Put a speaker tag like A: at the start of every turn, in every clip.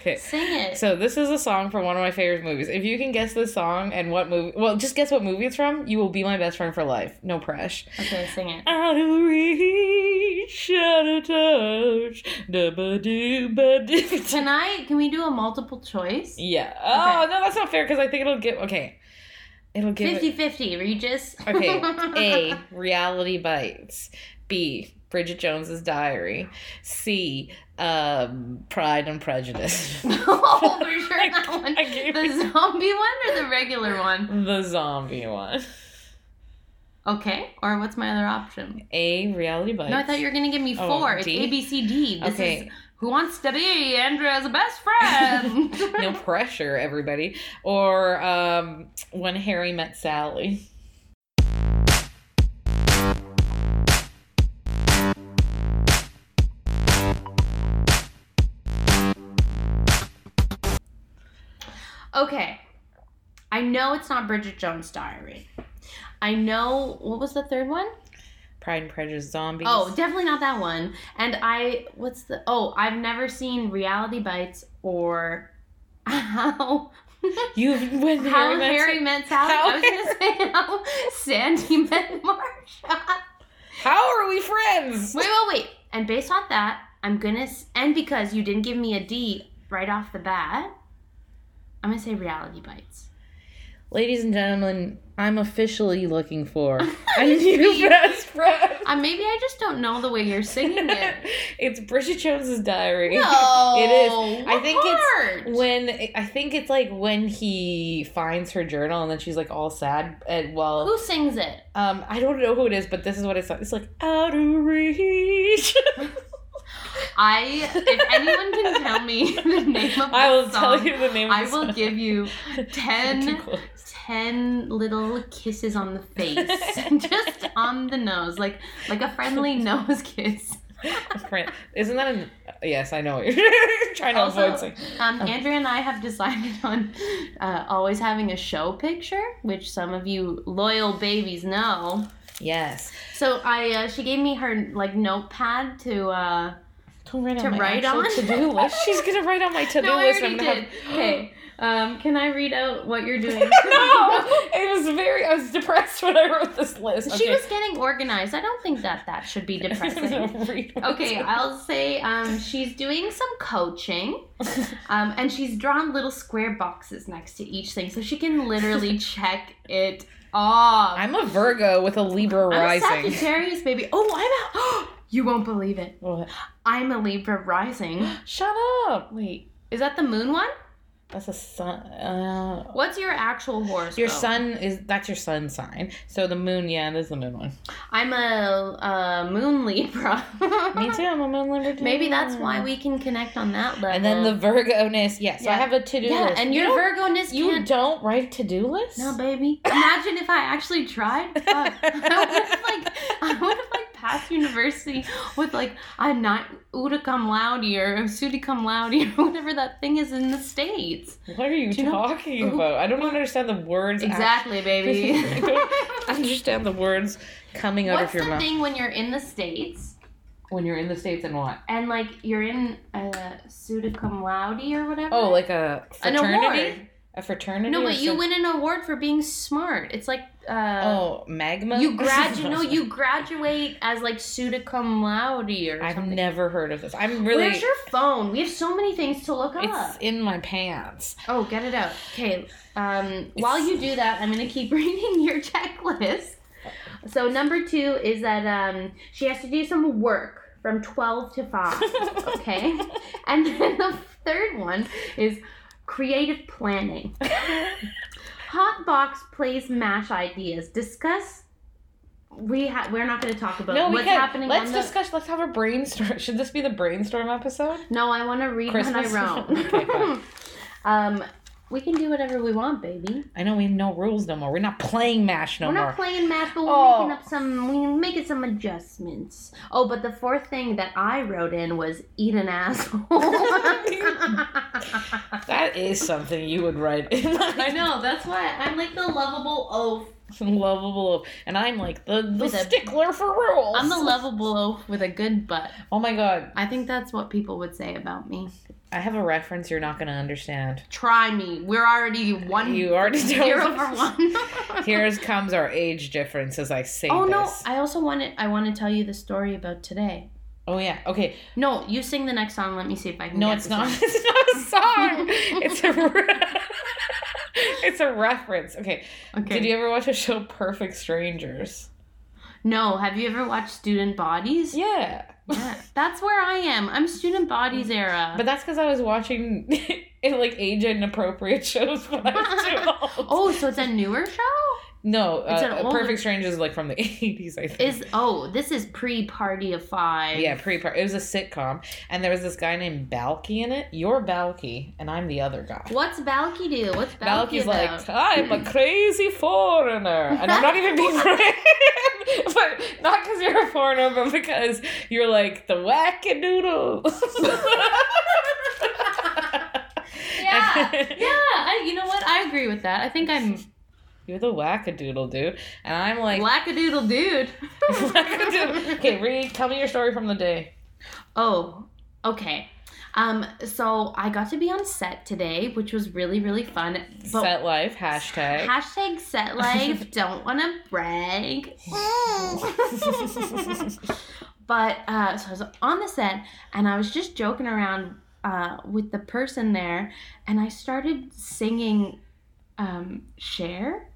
A: Okay.
B: Sing it.
A: So this is a song from one of my favorite movies. If you can guess this song and what movie, well, just guess what movie it's from. You will be my best friend for life. No press.
B: Okay, sing it.
A: Out of reach, out of touch, da doo ba doo.
B: Can I? Can we do a multiple choice?
A: Yeah. Oh no, that's not fair because I think it'll give. Okay, it'll give. it-
B: 50-50, Regis.
A: Okay. A. Reality bites. B. Bridget Jones's Diary. C. Um, Pride and Prejudice.
B: oh, for sure
A: I-
B: that one.
A: I gave
B: The zombie one or the regular one?
A: the zombie one.
B: Okay. Or what's my other option?
A: A. Reality bites.
B: No, I thought you were gonna give me
A: Oh,
B: four. it's
A: D?
B: A B C D. This
A: Okay.
B: is who wants to be Andrea's best friend.
A: no pressure, everybody. Or um, when Harry met Sally.
B: Okay. I know it's not Bridget Jones' Diary. I know what was the third one?
A: Pride and Prejudice zombies.
B: Oh, definitely not that one. And I what's the oh, I've never seen Reality Bites or How
A: you when Harry
B: How
A: met
B: Harry
A: Sa-
B: Met Sally.
A: How
B: I was gonna say how Sandy met Marsha.
A: How are we friends?
B: Wait, wait, wait. And based on that, I'm gonna s- and because you didn't give me a D right off the bat, I'm gonna say Reality Bites.
A: Ladies and gentlemen, I'm officially looking for a new best friend.
B: Uh, maybe I just don't know the way you're singing it.
A: it's Bridget Jones's Diary.
B: No,
A: It is. I
B: what
A: think it's
B: part?
A: when I think it's like when he finds her journal and then she's like all sad and well
B: Who sings it?
A: Um, I don't know who it is, but this is what it's like. It's like out of reach.
B: I. If anyone can tell me the name of the
A: I will
B: song,
A: tell you the name. Of
B: I
A: the
B: will
A: song.
B: give you
A: Too
B: 10,
A: close.
B: 10 little kisses on the face, just on the nose, like like a friendly nose kiss.
A: Fran- Isn't that an? Yes, I know what you're trying to
B: Also-
A: avoid. Saying.
B: Um, Andrea and I have decided on uh, always having a show picture, which some of you loyal babies know.
A: Yes.
B: So I, uh, she gave me her like notepad to. Uh,
A: To write
B: To
A: on my
B: write
A: actual
B: on?
A: to-do list. She's gonna write on my to-do
B: no, I
A: list.
B: already
A: and I'm
B: did.
A: gonna
B: Okay, um, can I read out what you're doing?
A: no, it was very. I was depressed when I wrote this list.
B: She
A: Okay.
B: was getting organized. I don't think that that should be depressing.
A: Read what
B: Okay, I'll say um, she's doing some coaching, um, and she's drawn little square boxes next to each thing, so she can literally check it off.
A: I'm a Virgo with a Libra
B: I'm a
A: rising.
B: Sagittarius, baby. Oh, I'm a. you won't believe it.
A: What?
B: I'm a Libra rising.
A: Shut up! Wait,
B: Is that the moon one?
A: that's a sun. Uh,
B: What's your actual horse?
A: Your sun is that's your sun sign. So the moon, yeah, that's the moon one.
B: I'm a, uh moon Libra.
A: Me too. I'm a moon libertarian.
B: Maybe that's why we can connect on that level.
A: And then the Virgo ness. Yes, I
B: Yeah.
A: have a to do
B: yeah,
A: list.
B: and
A: you
B: your
A: don't-
B: Virgo-ness
A: You
B: can't.
A: don't write to do lists.
B: No, baby. Imagine if I actually tried. Fuck. I would have like, I would have like passed university with like a not Uda cum laude or Sudi cum laude or whatever that thing is in the states.
A: what are you
B: Do you know-
A: talking about? I don't even understand the words. act-
B: Exactly, baby.
A: I don't understand the words coming out
B: What's
A: of your
B: the
A: mouth
B: thing when you're in the states
A: when you're in the states and what?
B: and like you're in a Suda cum laude or whatever?
A: Oh, like a
B: an
A: fraternity.
B: award.
A: A fraternity.
B: No,
A: or
B: but you
A: some-
B: win an award for being smart. It's like uh,
A: Oh, magma.
B: You graduate. no, you graduate as like pseudo cum laude or
A: I've
B: something.
A: never heard of this. I'm really.
B: Where's your phone? We have so many things to look
A: it's
B: up.
A: in my pants.
B: Oh, get it out. Okay. Um, while
A: It's-
B: you do that, I'm gonna keep reading your checklist. So number two is that um, she has to do some work from twelve to five. Okay. and then the third one is creative planning. Hotbox plays mash ideas. Discuss. We ha- we're not going to talk about
A: No, we
B: what's
A: can't.
B: happening.
A: Let's
B: on the-
A: discuss. Let's have a brainstorm. Should this be the brainstorm episode?
B: No, I want to read
A: Christmas?
B: when I roam.
A: Okay, fine.
B: um, we can do whatever we want, baby.
A: I know we have no rules no more. We're not playing Mash no
B: we're
A: more.
B: not playing math, but we're
A: Oh.
B: making up some. We making some adjustments. Oh, but the fourth thing that I wrote in was eat an asshole. I
A: that is something you would write. in my-
B: know. That's why I'm like the lovable oaf
A: Lovable loaf. And I'm like the, the
B: With a-
A: stickler for rules.
B: I'm the lovable loaf with a good butt.
A: oh my god.
B: I think that's what people would say about me.
A: I have a reference you're not gonna understand.
B: Try me. We're already one
A: You already told
B: zero
A: us.
B: for one.
A: Here's comes our age difference as I say
B: oh
A: this.
B: no! I also wanted. I want to tell you the story about today.
A: oh yeah. Okay.
B: No, you sing the next song. Let me see if I can.
A: No,
B: get
A: it's
B: this
A: not.
B: one.
A: It's not a song. it's a. Re- it's a reference. Okay.
B: Okay.
A: Did you ever watch a show Perfect Strangers?
B: No, have you ever watched Student Bodies?
A: Yeah.
B: Yeah, That's where I am. I'm Student Bodies era.
A: But that's because I was watching like age inappropriate shows when I was too old.
B: oh, so it's a newer show?
A: no,
B: it's an
A: uh,
B: older-
A: Perfect Strangers is like from the eighties, I think.
B: Is oh, this is pre Party of Five.
A: yeah, pre part. It was a sitcom, and there was this guy named Balky in it. You're Balky, and I'm the other guy.
B: What's Balky do? What's
A: Balky's
B: Balky about?
A: like, I'm a crazy foreigner, and I'm not even being racist, but not because you're a foreigner, but because you're like the wackadoodle.
B: yeah, yeah. I, you know what? I agree with that. I think I'm
A: You're the wackadoodle, dude. And I'm like,
B: wackadoodle dude.
A: wackadoodle. Okay, read, tell me your story from the day.
B: Oh, okay. Um, so I got to be on set today, which was really really fun. But
A: Set life, hashtag.
B: hashtag set life. don't want to brag. But uh, so I was on the set and I was just joking around uh, with the person there, and I started singing um, Cher.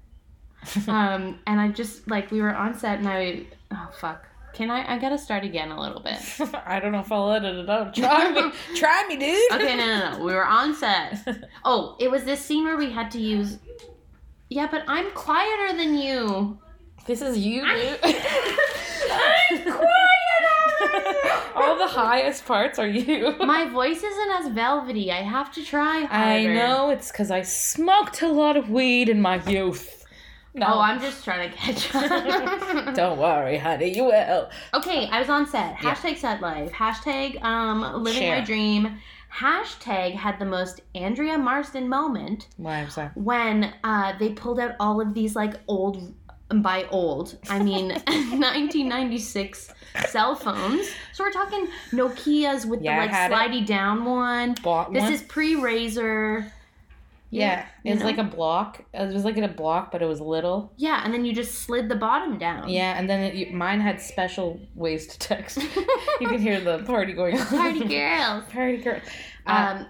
B: um, and I just like we were on set and I oh fuck can I I gotta start again a little bit.
A: I don't know if I'll edit it out. Try me, try me, dude.
B: Okay, no, no, no. We were on set. Oh, it was this scene where we had to use. Yeah, but I'm quieter than you.
A: This is you, dude.
B: I'm quieter.
A: All the highest parts are you.
B: My voice isn't as velvety. I have to try
A: I
B: harder.
A: know it's because I smoked a lot of weed in my youth. No,
B: Oh, I'm just trying to catch up.
A: don't worry, honey, you will.
B: okay, I was on set.
A: Yeah.
B: Hashtag set life. Hashtag um living my
A: Share.
B: dream. Hashtag had the most Andrea Marsden moment
A: Why am sorry.
B: when uh, they pulled out all of these like old by old i mean 1996 cell phones so we're talking nokias with
A: Yeah, I
B: the like
A: had it.
B: slidey down one
A: Bought
B: this
A: one.
B: is pre-razor
A: yeah,
B: you
A: it was
B: know.
A: like a block. It was like in a block, but it was little.
B: yeah and then you just slid the bottom down
A: Yeah, and then it, you- mine had special ways to text. you can hear the party going on.
B: party girls
A: Party girl. Uh,
B: um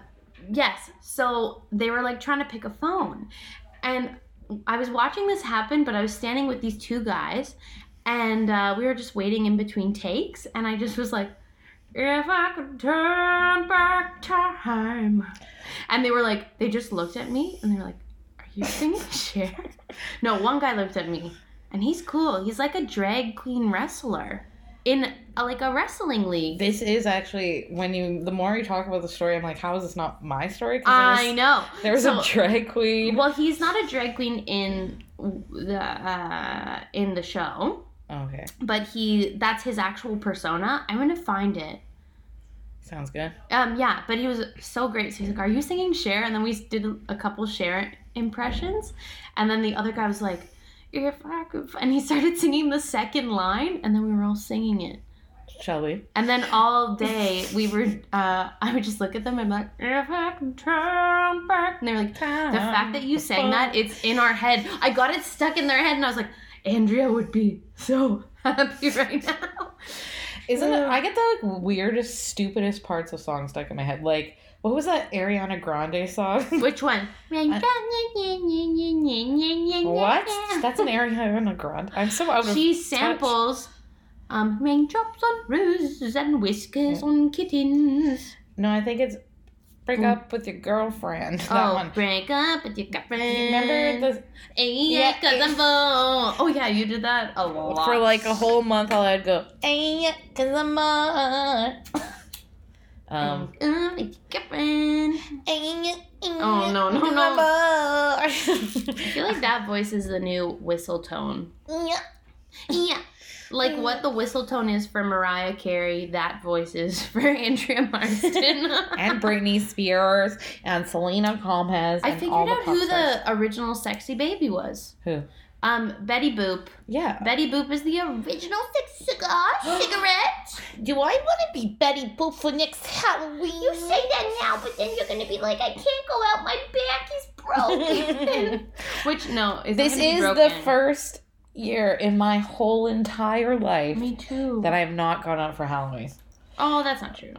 B: yes so they were like trying to pick a phone and i was watching this happen but i was standing with these two guys and uh, we were just waiting in between takes and i just was like if i could turn back time and they were like they just looked at me and they were like are you singing Cher? no one guy looked at me and he's cool he's like a drag queen wrestler in a, like a wrestling league
A: this is actually when you. The more you talk about the story, I'm like, how is this not my story? 'Cause
B: i
A: there was,
B: know
A: there was
B: So-
A: a drag queen.
B: Well, he's not a drag queen in the uh, in the show,
A: Okay,
B: but he that's his actual persona. I'm gonna find it.
A: sounds good.
B: Um, yeah, but he was so great. So he's like, "Are you singing Cher?" And then we did a couple Cher impressions, and then the other guy was like, "If I could," f-" and he started singing the second line, and then we were all singing it.
A: Shelby.
B: And then all day we were, uh, I would just look at them and be like, "If I could turn back," and they were like, The fact that you sang that, it's in our head. I got it stuck in their head, and I was like, Andrea would be so happy right now.
A: Isn't it? I get the like, weirdest, stupidest parts of songs stuck in my head. Like, what was that Ariana Grande song?
B: Which one?
A: what?
B: what?
A: That's an Ariana Grande. I'm so out of.
B: She samples um, raindrops on roses and whiskers on kittens.
A: No, I think it's break up with your girlfriend. That
B: oh,
A: one.
B: break up with your girlfriend.
A: Remember the
B: Yeah,
A: Yeah,
B: 'cause
A: it-
B: I'm full. Oh, yeah, you did that a lot.
A: for like a whole month all I'd go, "Ay, cause I'm on. Um
B: Mm, with your girlfriend.
A: Oh
B: no, no,
A: no.
B: I feel like that voice is the new whistle tone. Yeah. Like what the whistle tone is for Mariah Carey, that voice is for Andrea Marston.
A: and Britney Spears and Selena Gomez.
B: I
A: and
B: figured
A: all the
B: out
A: pop
B: who
A: stars.
B: the original sexy baby was.
A: Who?
B: Um, Betty Boop.
A: Yeah.
B: Betty Boop is the original six cigar cigarette.
C: Do I want to be Betty Boop for next Halloween?
B: You say that now, but then you're gonna be like, I can't go out. My back is broken. Which no, it's not
A: This
B: gonna be
A: is the
B: broken.
A: first year in my whole entire life
B: Me too.
A: that I have not gone out for Halloween.
B: oh, that's not true.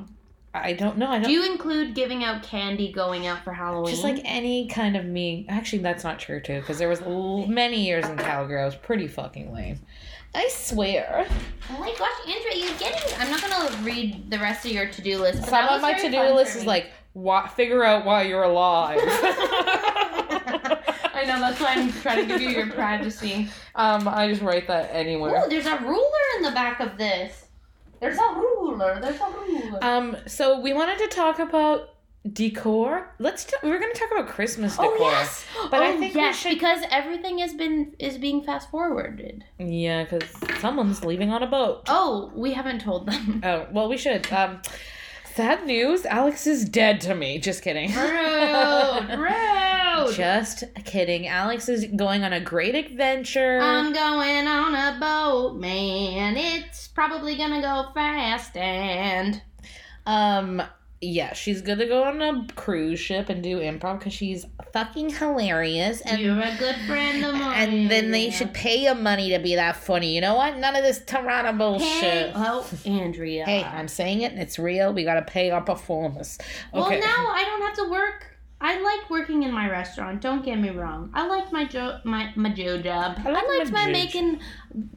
A: I don't know. I don't.
B: Do you include giving out candy going out for Halloween?
A: just like any kind of me. Actually, that's not true too, because there was l- many years in Calgary I was pretty fucking lame. I swear.
B: oh my gosh, Andrea, you're getting. I'm not gonna read the rest of your to-do list. but
A: Some
B: that
A: on
B: was
A: my
B: very
A: to do
B: fun
A: list
B: for
A: is
B: me.
A: like, why, figure out why you're alive.
B: I know that's why I'm trying to give you your privacy.
A: um, I just write that anywhere.
B: Oh, there's a ruler in the back of this. There's a ruler. There's a ruler.
A: Um, so we wanted to talk about decor. Let's t- we were going to talk about Christmas decor.
B: Oh yes,
A: But I
B: Oh,
A: think we
B: yes,
A: should-
B: because everything has been is being fast forwarded.
A: Yeah, because someone's leaving on a boat.
B: Oh, we haven't told them.
A: Oh, well, we should. Um, sad news. Alex is dead to me. Just kidding.
B: Rude, rude.
A: Just kidding. Alex is going on a great adventure.
B: I'm going on a boat, man. It's probably gonna go fast, and
A: Um, yeah, she's gonna go on a cruise ship and do improv because she's fucking hilarious. And
B: you're a good friend of mine.
A: and then they should pay you money to be that funny. You know what? None of this Toronto
B: Hey,
A: bullshit.
B: oh, Andrea.
A: Hey, I'm saying it and it's real. We gotta pay our performers.
B: Well,
A: Okay.
B: now I don't have to work. I like working in my restaurant. Don't get me wrong. I like my jo- my my Joe job.
A: I
B: I,
A: like
B: liked
A: my
B: my,
A: Joe
B: making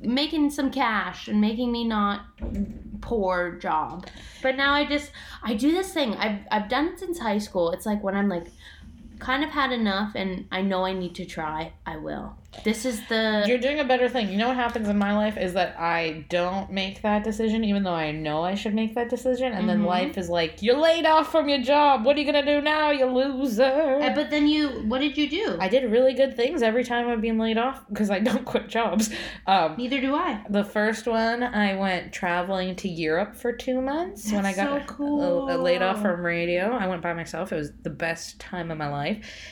B: making some cash and making me not poor job. But now I just I do this thing. I've I've done it since high school. It's like when I'm like kind of had enough and I know I need to try. I will. This is the
A: You're doing a better thing. You know what happens in my life is that I don't make that decision, even though I know I should make that decision. And then
B: Mhm.
A: life is like, you're laid off from your job. What are you gonna do now, you loser?
B: Uh, but then you what did you do?
A: I did really good things every time I've been laid off because I don't quit jobs. Um,
B: Neither do I.
A: the first one, I went traveling to Europe for two months when I
B: That's
A: got
B: so
A: uh, laid off
B: cool.
A: from radio. I went by myself. It was the best time of my life.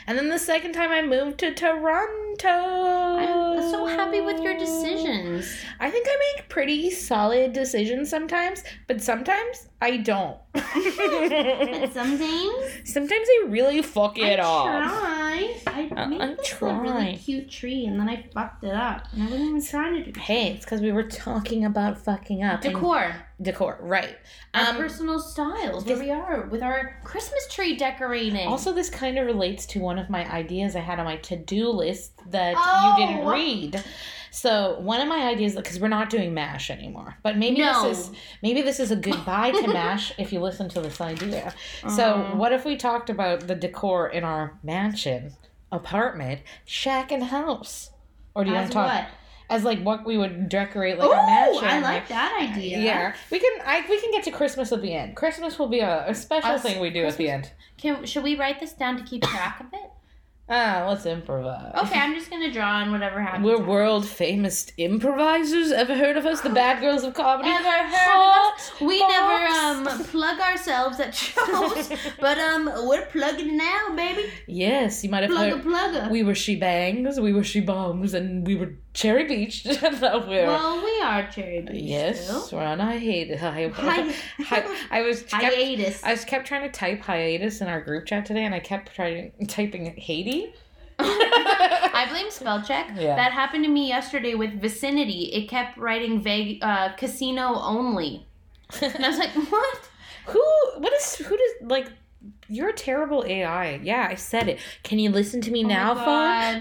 A: And then the second time, I moved to Toronto.
B: I'm
A: I'm
B: so happy with your decisions.
A: I think I make pretty solid decisions sometimes, but sometimes I don't.
B: But some things
A: sometimes I really fuck it
B: I
A: off.
B: tried. I
A: Uh,
B: made
A: I
B: this a really
A: tried.
B: cute tree and then I fucked it up. And I wasn't even trying to do
A: Hey, it's because we were talking about fucking up. and-
B: decor.
A: decor, right.
B: Our
A: Um,
B: personal styles,
A: this-
B: where we are with our Christmas tree decorating.
A: also, this kind of relates to one of my ideas I had on my to do list that you didn't
B: Oh!
A: read. So one of my ideas, because we're not doing Mash anymore, but maybe
B: No.
A: this is maybe this is a goodbye to Mash if you listen to this idea. So,
B: Um,
A: what if we talked about the decor in our mansion, apartment, shack, and house? Or do you want
B: as
A: to talk
B: what?
A: as like what we would decorate like
B: Ooh,
A: our mansion?
B: I like that idea.
A: Yeah. we can. I we can get to Christmas at the end. Christmas will be a, a special
B: Us-
A: thing we do at the end.
B: Can should we write this down to keep track of it?
A: Ah, let's improvise.
B: Okay, I'm just gonna draw on whatever happens.
A: We're world famous improvisers. Ever heard of us? The bad girls of comedy.
B: Ever heard of
A: Hot
B: us? We never
A: box.
B: um plug ourselves at shows, but um we're plugging now, baby.
A: Yes, you might have
B: Plug a
A: heard.
B: plugger.
A: Uh, We were she bangs, we were she bombs, and we were cherry beached. no, we're
B: well, we are cherry beach. still.
A: Yes, we're on a hiatus. Hi,
B: Hi-
A: hi- I was kept,
B: hiatus.
A: I was kept trying to type hiatus in our group chat today, and I kept trying typing Haiti.
B: I blame spell check.
A: Yeah.
B: That happened to me yesterday with vicinity. It kept writing vague uh, casino only, and I was like, "What?
A: who? What is? Who does like? You're a terrible AI. Yeah, I said it. Can you listen to me
B: Oh my
A: now, phone?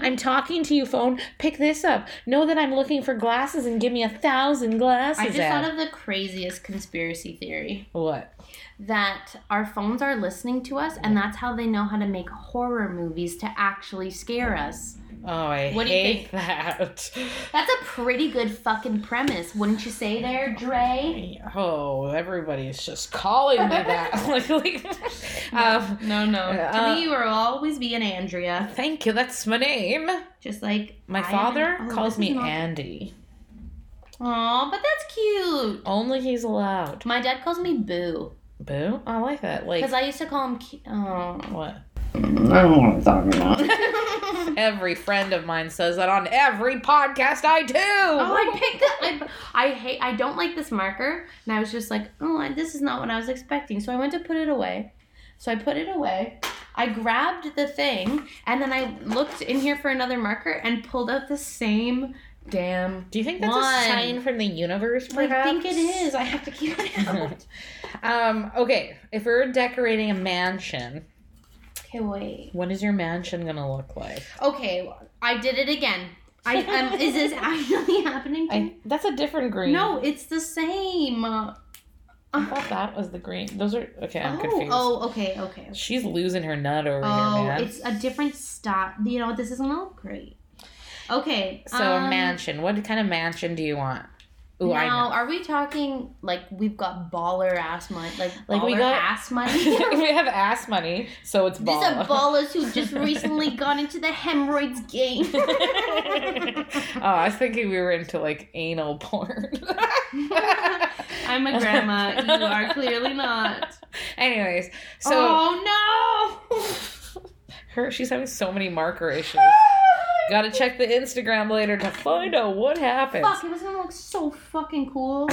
B: God.
A: I'm talking to you, phone. Pick this up. Know that I'm looking for glasses and give me a thousand glasses.
B: I just
A: ad.
B: thought of the craziest conspiracy theory
A: what?
B: that our phones are listening to us, and that's how they know how to make horror movies to actually scare us.
A: Oh, I
B: What do you
A: hate
B: think?
A: that.
B: That's a pretty good fucking premise, wouldn't you say, there, Dre?
A: Oh, everybody's just calling me that. like, like, um,
B: no, no.
A: Uh,
B: to me, you will always be an Andrea,
A: thank you. That's my name.
B: just like
A: My
B: I am an-
A: father
B: Oh,
A: calls
B: this
A: me
B: is not-
A: Andy.
B: Aw, but that's cute.
A: Only he's allowed.
B: My dad calls me Boo
A: Boo. I like that. Like
B: because I used to call him. Ki- oh.
A: what?
D: I don't know what I'm talking about.
A: Every friend of mine says that on every podcast I do.
B: Oh, I picked up. I, I hate. I don't like this marker, and I was just like, oh, and this is not what I was expecting. So I went to put it away. So I put it away. I grabbed the thing, and then I looked in here for another marker and pulled out the same damn.
A: do you think that's
B: One.
A: a sign from the universe? Perhaps?
B: I think it is. I have to keep it out.
A: um, okay, if we're decorating a mansion,
B: okay, wait.
A: what is your mansion gonna look like?
B: Okay, I did it again. I um, is this actually happening? To
A: I,
B: me?
A: that's a different green.
B: Mm. No, it's the same. Uh,
A: I thought that was the green. Those are okay. I'm
B: oh,
A: confused.
B: oh, okay, okay.
A: She's losing her nut over
B: Oh,
A: here, man.
B: it's a different style. You know, this isn't all great. Okay.
A: so a
B: um,
A: mansion. What kind of mansion do you want? Ooh,
B: now,
A: I know.
B: are we talking like we've got baller ass money? Like,
A: Like, we
B: baller
A: got-
B: ass money? These
A: we have ass money, so it's ball.
B: are ballers who just recently got into the hemorrhoids game.
A: oh, I was thinking we were into like anal porn.
B: I'm a grandma. You are clearly not.
A: Anyways, so
B: oh no!
A: her she's having so many marker issues. Gotta check the Instagram later to find out what happens.
B: Fuck! It was gonna look so fucking cool.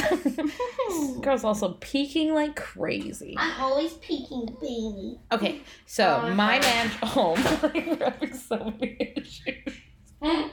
A: Girl's also peeking like crazy.
C: I'm always peeking, baby.
A: Okay, so
B: Oh,
A: my
B: no.
A: man oh, home. we're having so many issues.
B: Well,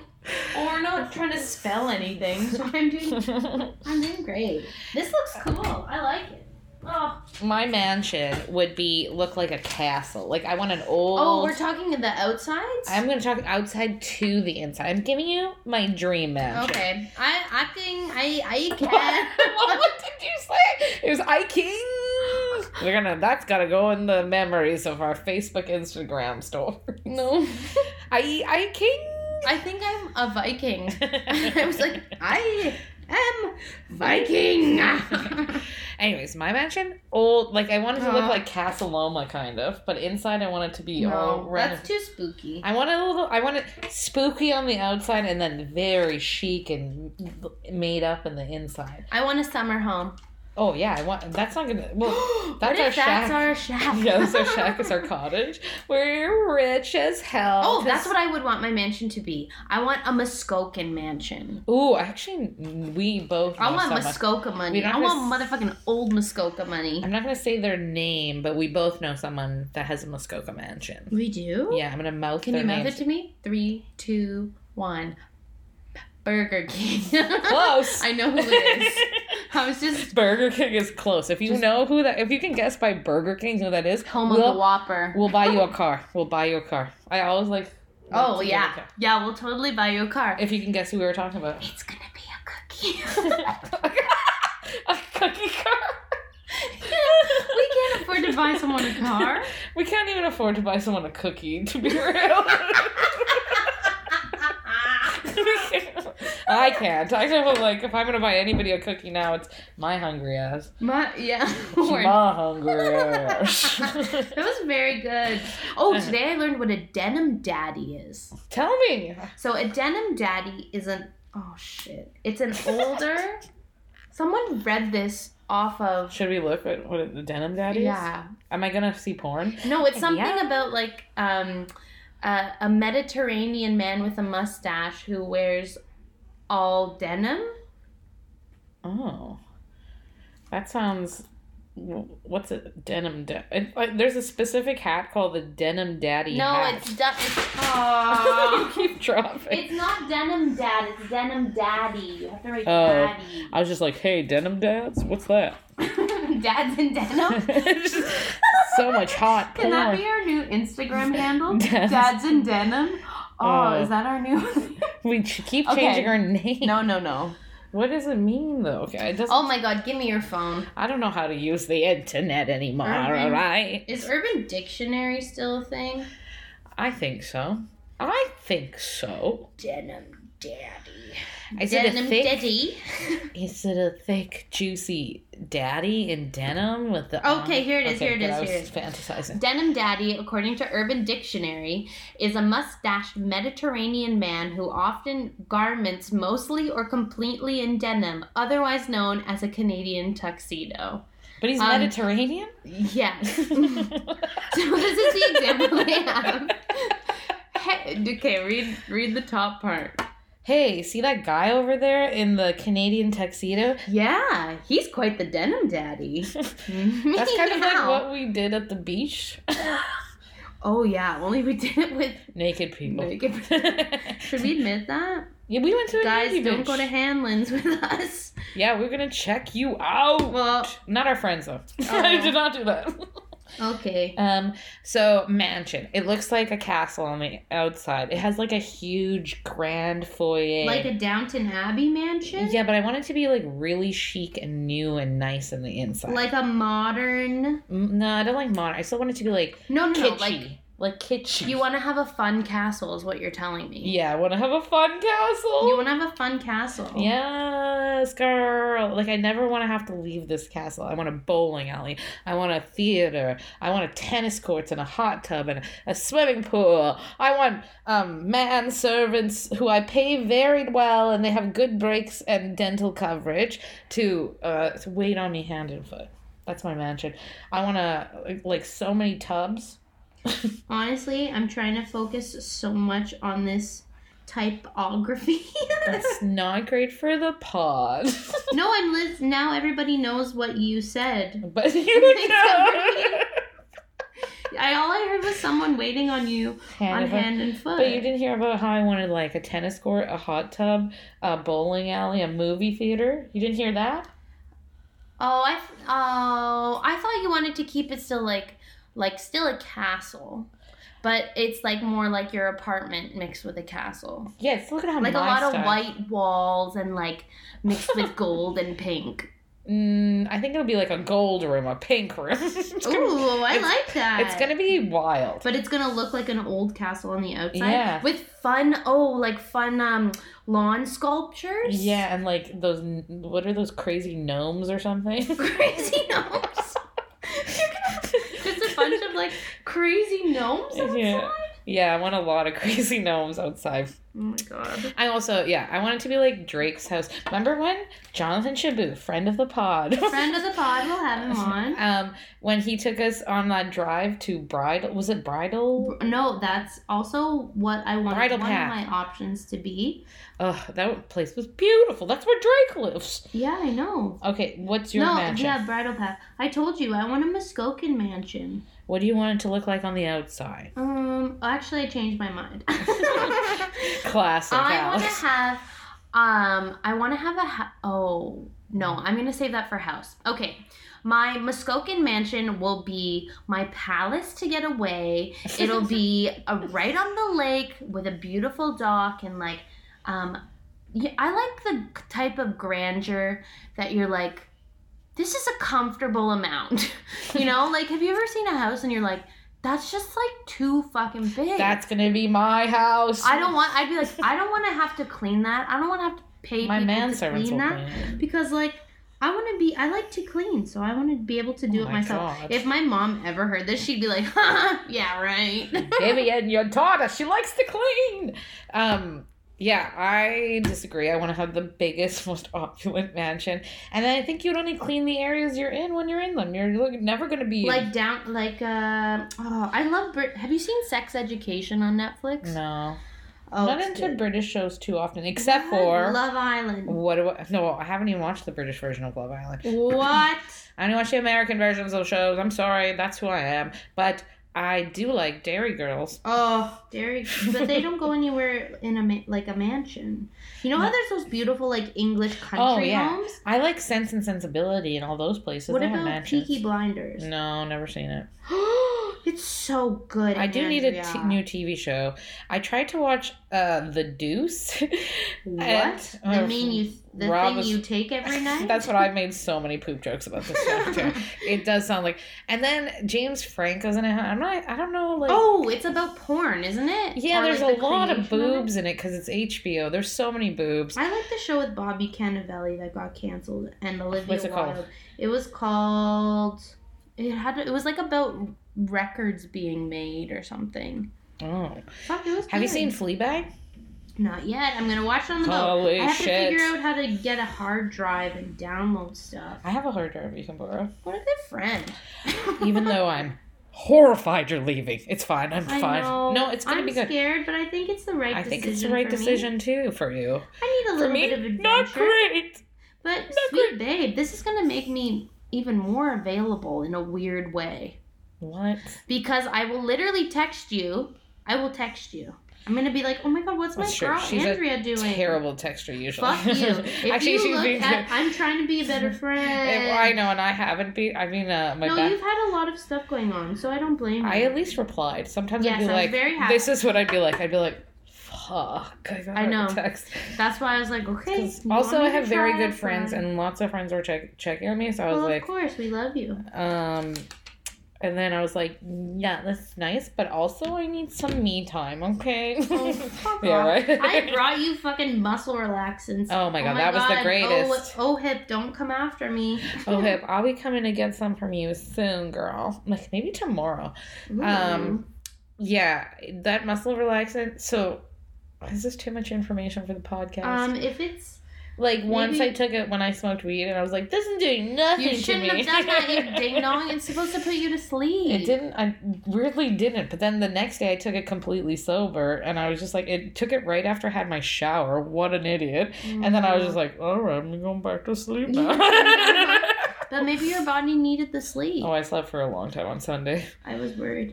B: we're not trying to spell anything, so I'm doing I'm doing great. This looks cool. I like it. Oh,
A: my mansion would be look like a castle. Like I want an old.
B: oh we're talking the outsides?
A: I'm gonna talk outside to the inside. I'm giving you my dream mansion.
B: okay. I I think I I
A: What,
B: can
A: what did you say? It was Ikea. We're gonna. That's gotta go in the memories of our Facebook, Instagram store.
B: No.
A: I
B: I think I'm a Viking.
A: Ikea.
B: I was like, I am Viking.
A: Anyways, my mansion old. Like I wanted to look
B: Uh.
A: like Casa Loma, kind of, but inside I wanted to be all
B: no,
A: renov-
B: that's too spooky.
A: I want a little. I want it spooky on the outside and then very chic and made up in the inside.
B: I want a summer home.
A: Oh yeah, I want. That's not gonna. Well,
B: What
A: our
B: if that's
A: shack.
B: our shack.
A: yeah, that's our shack. It's our cottage. We're rich as hell.
B: Oh, that's what I would want my mansion to be. I want a Muskokan mansion.
A: Ooh, actually, we both.
B: I
A: know
B: want
A: someone-
B: Muskoka money.
A: We're not
B: I
A: gonna
B: want motherfucking old Muskoka money.
A: I'm not gonna say their name, but we both know someone that has a Muskoka mansion.
B: We do?
A: Yeah, I'm gonna mouth.
B: Can
A: their
B: you mouth
A: names.
B: it to me? Three, two, one. Burger King.
A: Close.
B: I know who it is. I was just
A: Burger King is close. If you
B: Just-
A: know who that, if you can guess by Burger King who that is,
B: home of
A: we'll,
B: the Whopper.
A: we'll buy you a car. We'll buy you a car. I always like. like
B: oh
A: to get a
B: yeah,
A: car.
B: yeah. We'll totally buy you a car.
A: If you can guess who we were talking about.
B: It's gonna be a cookie.
A: a cookie car.
B: we can't afford to buy someone a car.
A: We can't even afford to buy someone a cookie, to be real. I can't. I feel like if I'm gonna buy anybody a cookie now, it's my hungry ass.
B: My, yeah. we're-
A: My hungry ass.
B: that was very good. Oh,
A: Uh-huh.
B: today I learned what a denim daddy is.
A: Tell me.
B: So a denim daddy is an oh shit. It's an older. someone read this off of.
A: Should we look at what it- the denim daddy is?
B: Yeah.
A: Am I gonna see porn?
B: No, it's something
A: Yeah.
B: about like um, a, a Mediterranean man with a mustache who wears all denim.
A: Oh, that sounds. What's a denim? Da- it- like, there's a specific hat called the denim daddy.
B: no,
A: hat.
B: it's de- it's,
A: You
B: aw.
A: keep dropping.
B: it's not denim dad. It's denim daddy. You have to write
A: Oh.
B: daddy.
A: I was just like, hey, denim dads, what's that?
B: Dads in denim.
A: Just so much hot
B: Can that
A: porn.
B: be our new Instagram handle?
A: Dads.
B: Dads in denim. Oh,
A: Oh.
B: is that our new?
A: we ch- keep
B: Okay.
A: changing our name.
B: no, no, no.
A: What does it mean though? Okay, it doesn't.
B: Oh my God! Give me your phone.
A: I don't know how to use the internet anymore.
B: Urban-
A: All right,
B: Is Urban Dictionary still a thing?
A: I think so. I think so.
B: Denim daddy.
A: Is it a
B: denim
A: thick?
B: daddy.
A: Is it a thick, juicy daddy in denim with the?
B: Okay, here it is, here it
A: good,
B: is,
A: I was
B: here it is.
A: Fantasizing.
B: Denim daddy, according to Urban Dictionary, is a mustached Mediterranean man who often garments mostly or completely in denim, otherwise known as a Canadian tuxedo.
A: But he's
B: Um,
A: Mediterranean.
B: Yes. So this is the example they have. He- okay, read read the top part.
A: Hey, see that guy over there in the Canadian tuxedo?
B: Yeah, he's quite the denim daddy.
A: That's kind of like
B: Meow.
A: what we did at the beach.
B: Oh yeah, only we did it with
A: Naked people.
B: naked. Should we admit that?
A: yeah, we went to a
B: Guys,
A: nudie
B: don't
A: beach.
B: go to Hanlon's with us.
A: Yeah, we're gonna check you out.
B: Well,
A: not our friends though. I
B: Oh.
A: did not do that.
B: okay.
A: Um, so mansion. It looks like a castle on the outside. It has like a huge grand foyer.
B: Like a Downton Abbey mansion?
A: yeah, but I want it to be like really chic and new and nice on the inside.
B: Like a modern.
A: Mm, no, I don't like modern. I still want it to be like
B: No, no, no.
A: kitschy,
B: Like,
A: like kitschy.
B: you want to have a fun castle, is what you're telling me.
A: Yeah, I want to have a fun castle.
B: You want to have a fun castle.
A: Yes, girl. Like I never want to have to leave this castle. I want a bowling alley. I want a theater. I want a tennis courts and a hot tub and a swimming pool. I want um manservants who I pay very well and they have good breaks and dental coverage to uh to wait on me hand and foot. That's my mansion. I want to like so many tubs.
B: Honestly, I'm trying to focus so much on this typography.
A: That's not great for the pod.
B: no, I'm lis- now everybody knows what you said.
A: but you
B: Except for
A: know.
B: I all I heard was someone waiting on you
A: Hand
B: on
A: and foot.
B: hand and foot.
A: But you didn't hear about how I wanted like a tennis court, a hot tub, a bowling alley, a movie theater. You didn't hear that?
B: Oh, I th- oh, I thought you wanted to keep it still like like still a castle, but it's like more like your apartment mixed with a castle,
A: Yes. Look at how
B: like
A: my
B: a lot
A: style-
B: of white walls and like mixed with gold and pink.
A: Mm, I think it'll be like a gold room, a pink room. it's,
B: Ooh,
A: gonna,
B: I
A: it's-
B: like that.
A: it's gonna be wild.
B: But it's gonna look like an old castle on the outside.
A: Yeah.
B: With fun, oh, like fun um lawn sculptures.
A: Yeah, and like those, what are those crazy gnomes or something?
B: Crazy gnomes. Just a bunch of like crazy gnomes outside.
A: yeah, yeah. I want a lot of crazy gnomes outside.
B: Oh my god.
A: I also, yeah, I want it to be like Drake's house. Remember when Jonathan Shabu, friend of the pod,
B: Friend of the pod, we'll have him on.
A: Um, when he took us on that drive to Bridal, was it Bridal?
B: No, that's also what I want
A: Bridal
B: one
A: path.
B: of my options to be.
A: Ugh, that place was beautiful. That's where Drake lives.
B: Yeah, I know.
A: Okay, what's your
B: no,
A: mansion?
B: yeah, bridal path. I told you I want a Muskokan mansion.
A: What do you want it to look like on the outside?
B: Um, actually, I changed my mind.
A: Classic
B: I want to
A: house.
B: have, um, I want to have a ha- oh no, I'm gonna save that for house. Okay, my Muskokan mansion will be my palace to get away. It'll be a, right on the lake with a beautiful dock and like, um, yeah, I like the type of grandeur that you're like. This is a comfortable amount, you know. Like, have you ever seen a house and you're like, "That's just like too fucking big."
A: That's gonna be my house.
B: I don't want. I'd be like, I don't want to have to clean that. I don't want to have to pay
A: My
B: people to
A: manservants
B: clean
A: will
B: that
A: clean it.
B: because, like, I want to be. I like to clean, so I want to be able to do
A: Oh
B: it
A: my
B: myself.
A: God.
B: If my mom ever heard this, she'd be like, "Yeah, right."
A: Vivian, your daughter, she likes to clean. Um, yeah, I disagree. I want to have the biggest, most opulent mansion, and I think you'd only clean the areas you're in when you're in them. You're look- never gonna be
B: Like down, like uh, oh, I love. Brit- Have you seen Sex Education on Netflix?
A: no.
B: oh,
A: not
B: it's
A: into
B: good.
A: British shows too often, except
B: What?
A: for
B: Love Island.
A: what do I? No, I haven't even watched the British version of Love Island.
B: What?
A: I only watch the American versions of shows. I'm sorry, that's who I am. But I do like Dairy Girls.
B: Oh, Derek, but they don't go anywhere in a ma- like a mansion. You know how there's those beautiful like English country
A: Oh, yeah.
B: homes?
A: I like Sense and Sensibility and all those places.
B: what
A: They have
B: about
A: mansions.
B: Peaky Blinders?
A: No, never seen it.
B: it's so good.
A: I do need a t-
B: Andrea.
A: new TV show. I tried to watch uh, The Deuce.
B: What?
A: and-
B: the mean you, the
A: Rob
B: thing
A: was-
B: you take every night.
A: That's what I've made so many poop jokes about this show. too. It does sound like. And then James Franco's in it. I'm not. I don't know. Like.
B: Oh, it's about porn, isn't it?
A: Yeah,
B: Or,
A: there's
B: like,
A: a
B: the
A: lot of
B: creation it?
A: boobs in it because it's HBO. There's so many boobs.
B: I like the show with Bobby Cannavale that got canceled and Olivia
A: What's it
B: Wilde.
A: called?
B: It was called. It had. It was like about records being made or something.
A: Oh,
B: Fuck, it was.
A: have you
B: good.
A: seen Fleabag?
B: Not yet. I'm gonna watch it on the boat.
A: Holy
B: I have
A: shit.
B: to figure out how to get a hard drive and download stuff.
A: I have a hard drive you can borrow,
B: What a good friend.
A: even though I'm horrified you're leaving. It's fine. I'm
B: I
A: fine.
B: know.
A: No, it's gonna
B: I'm
A: be good.
B: scared, but I think it's the right.
A: I think
B: decision
A: it's the right
B: for me.
A: decision too for you.
B: I need a
A: For
B: little
A: me,
B: bit of adventure.
A: not great.
B: But sweet babe, this is gonna make me even more available in a weird way
A: What?
B: because I will literally text you. I will text you. I'm gonna be like, oh my god, what's my
A: That's true.
B: girl
A: She's a
B: Andrea doing?
A: Terrible texture usually.
B: Fuck you. If
A: Actually,
B: you
A: she's
B: look
A: being.
B: at, I'm trying to be a better friend.
A: If I know, and I haven't been. I mean, uh, my
B: no,
A: back.
B: you've had a lot of stuff going on, so I don't blame you.
A: I at least replied. Sometimes I'd
B: Yes, I
A: be
B: was
A: like,
B: very happy.
A: "This is what I'd be like." I'd be like, "Fuck, I got
B: I know.
A: text."
B: That's why I was like, okay.
A: 'Cause
B: you
A: Also,
B: want
A: I
B: me to
A: have very
B: try
A: good
B: it?
A: friends,
B: Fine.
A: and lots of friends were check- checking on me. So I was
B: well,
A: like,
B: of course, we love you.
A: um, and then I was like, "Yeah, that's nice, but also I need some me time, okay?"
B: Oh, fuck
A: yeah,
B: off.
A: right.
B: I brought you fucking muscle relaxants.
A: oh my god, that was the greatest.
B: Oh, oh, hip, don't come after me.
A: Oh, hip, I'll be coming to get some from you soon, girl. Like maybe tomorrow.
B: Ooh.
A: Um, Yeah, that muscle relaxant. So, is this too much information for the podcast?
B: Um, if it's
A: Like once
B: Maybe-
A: I took it when I smoked weed, and I was like, "This is doing nothing."
B: you shouldn't
A: to me.
B: have done that, you ding dong. It's supposed to put you to sleep.
A: It didn't. I weirdly didn't. But then the next day, I took it completely sober, and I was just like, "It took it right after I had my shower. What an idiot!" And then I
B: Mm-hmm.
A: was just like, "All right, I'm going back to sleep now."
B: but maybe your body needed the sleep.
A: oh, I slept for a long time on Sunday.
B: I was worried.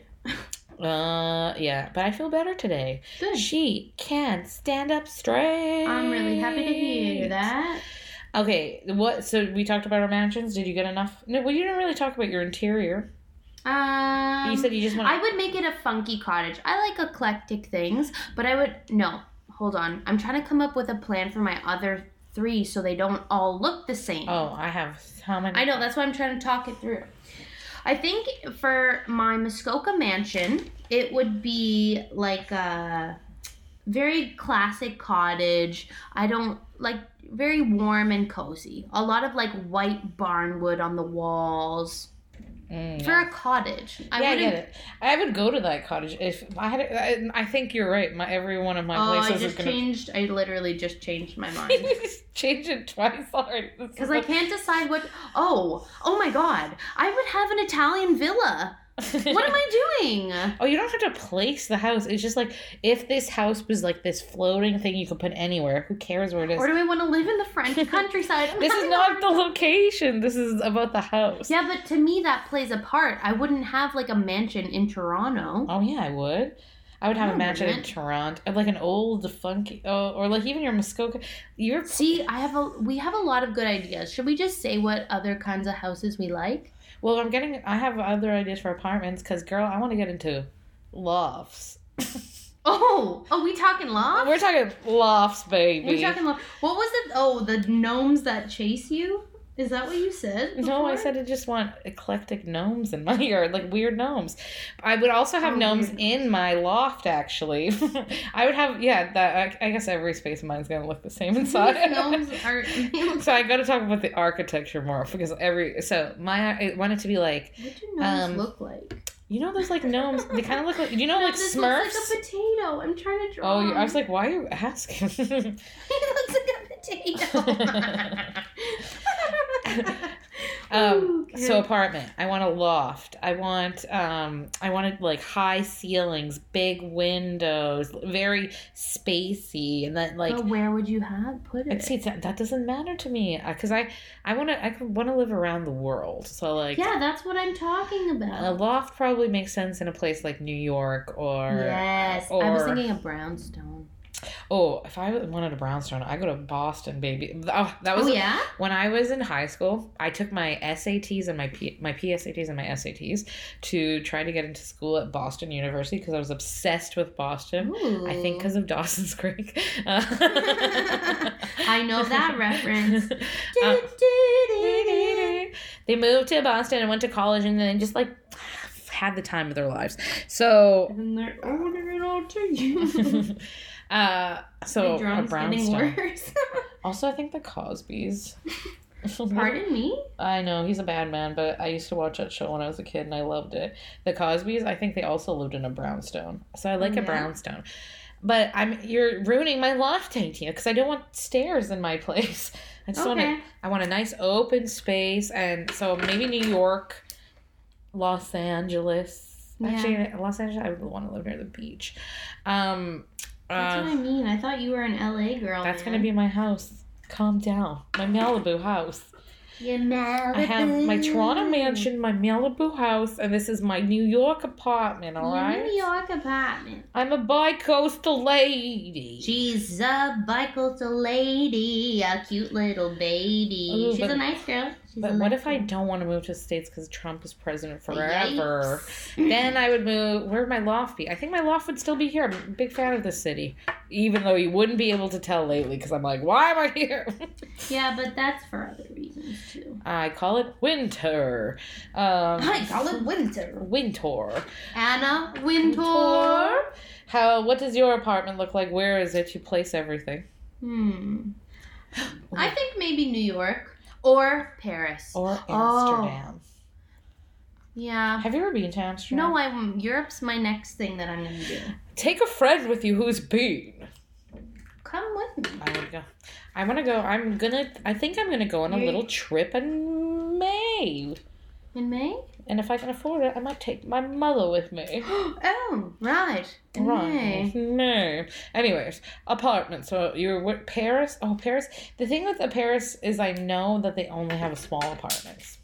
A: Uh, yeah, but I feel better today.
B: Good.
A: She can stand up straight.
B: I'm really happy to hear that.
A: Okay, what? So we talked about our mansions. Did you get enough? No, well, you didn't really talk about your interior.
B: Um,
A: you said you just want.
B: I would make it a funky cottage. I like eclectic things, but I would no. Hold on, I'm trying to come up with a plan for my other three so they don't all look the same.
A: oh, I have how many?
B: I know that's why I'm trying to talk it through. I think for my Muskoka mansion, it would be like a very classic cottage. I don't like very warm and cozy. A lot of like white barn wood on the walls
A: Mm,
B: for a cottage. I
A: yeah, I
B: wouldn't
A: get it. I would go to that cottage if I had. I, I think you're right. My every one of my
B: oh, I
A: places is
B: just
A: gonna
B: changed. I literally just changed my mind
A: change it twice already. This is
B: because I can't decide what. Oh, oh my God! I would have an Italian villa.
A: like-
B: What am I doing?
A: Oh, you don't have to place the house. It's just like if this house was like this floating thing you could put anywhere. Who cares where it is?
B: Or do I want to live in the French countryside?
A: this is not the location. This is about the house.
B: Yeah, but to me that plays a part. I wouldn't have like a mansion in Toronto.
A: Oh yeah, I would. I would have
B: I
A: a mansion in
B: wouldn't.
A: Toronto, I'd like an old funky, oh, or like even your Muskoka. Your
B: See, I have a we have a lot of good ideas. Should we just say what other kinds of houses we like?
A: well, I'm getting. I have other ideas for apartments because girl, I want to get into lofts.
B: Oh, oh, we talking loft?
A: We're talking lofts, baby.
B: We're talking loft. What was it? Oh, the gnomes that chase you. Is that what you said?
A: no, I
B: before?
A: said I just want eclectic gnomes in my yard, like weird gnomes. I would also have
B: Oh,
A: gnomes
B: weird.
A: in my loft, actually. I would have, yeah, that. I, I guess every space of mine's gonna look the same inside.
B: These gnomes are. they look-
A: so I got to talk about the architecture more because every so my I wanted to be like
B: What do gnomes
A: Um,
B: look like?
A: you know those like gnomes they kind of look like you know
B: No,
A: like
B: this
A: Smurfs.
B: looks like a potato. I'm trying to draw.
A: Oh, yeah, I
B: him.
A: was like, why are you asking?
B: He looks like a potato.
A: Um,
B: Okay.
A: So apartment. I want a loft. I want um I wanted like high ceilings, big windows, very spacey, and that like.
B: but where would you have put
A: and
B: it?
A: See that, that doesn't matter to me because I I want to I want to live around the world so like
B: yeah, that's what I'm talking
A: a
B: about.
A: loft probably makes sense in a place like New York or
B: yes, I was
A: or-
B: thinking of brownstone.
A: oh if I wanted a brownstone I go to Boston baby oh that was
B: Oh yeah,
A: When I was in high school, I took my SATs and my P- my PSATs and my SATs to try to get into school at Boston University because I was obsessed with Boston. I think because of Dawson's Creek. Uh,
B: I know that reference.
A: Uh, they moved to Boston and went to college and then just like had the time of their lives. So,
B: and they're owning it all to you.
A: uh, so
B: My
A: a
B: drum's getting
A: brownstone.
B: worse.
A: Also, I think the Cosbys.
B: Pardon me.
A: I know he's a bad man, but I used to watch that show when I was a kid and I loved it. The Cosbys, I think they also lived in a brownstone, so I like
B: Yeah.
A: a brownstone. But I'm you're ruining my loft idea because I don't want stairs in my place. I just want
B: Okay.
A: to. I want a nice open space, and so maybe New York, Los Angeles. Actually, in Los Angeles, I would want to live near the beach. Um,
B: That's
A: uh,
B: what I mean. I thought you were an LA girl.
A: that's gonna be my house. Calm down, my Malibu house.
B: your mouth.
A: I have my Toronto mansion, my Malibu house, and this is my New York apartment. All right,
B: New York apartment.
A: I'm a bi-coastal lady.
B: She's a bicoastal lady, a cute little baby.
A: Ooh,
B: She's
A: but-
B: a nice girl. She's
A: but
B: a
A: what
B: nice
A: if I
B: girl.
A: don't want to move to the states because Trump is president
B: Yikes.
A: forever? then I would move. Where would my loft be? I think my loft would still be here. I'm a big fan of this city, even though you wouldn't be able to tell lately because I'm like, why am I here?
B: Yeah, but that's for other reasons too.
A: I call it winter. Um,
B: I call it winter.
A: winter.
B: Anna Wintour.
A: How? What does your apartment look like? Where is it? You place everything.
B: Hmm. I think maybe New York or Paris.
A: Or
B: Oh.
A: Amsterdam.
B: Yeah.
A: Have you ever been to Amsterdam?
B: No, I'm Europe's my next thing that I'm gonna do.
A: Take a friend with you who's been.
B: Come with me.
A: I would go. I want to go. I'm gonna. I think I'm gonna go on a
B: You-
A: little trip in May.
B: In May?
A: And if I can afford it, I might take my mother with me.
B: oh, right. In
A: Right.
B: May.
A: No. Anyways, apartment. So you're with Paris. Oh, Paris. The thing with the Paris is I know that they only have small apartments.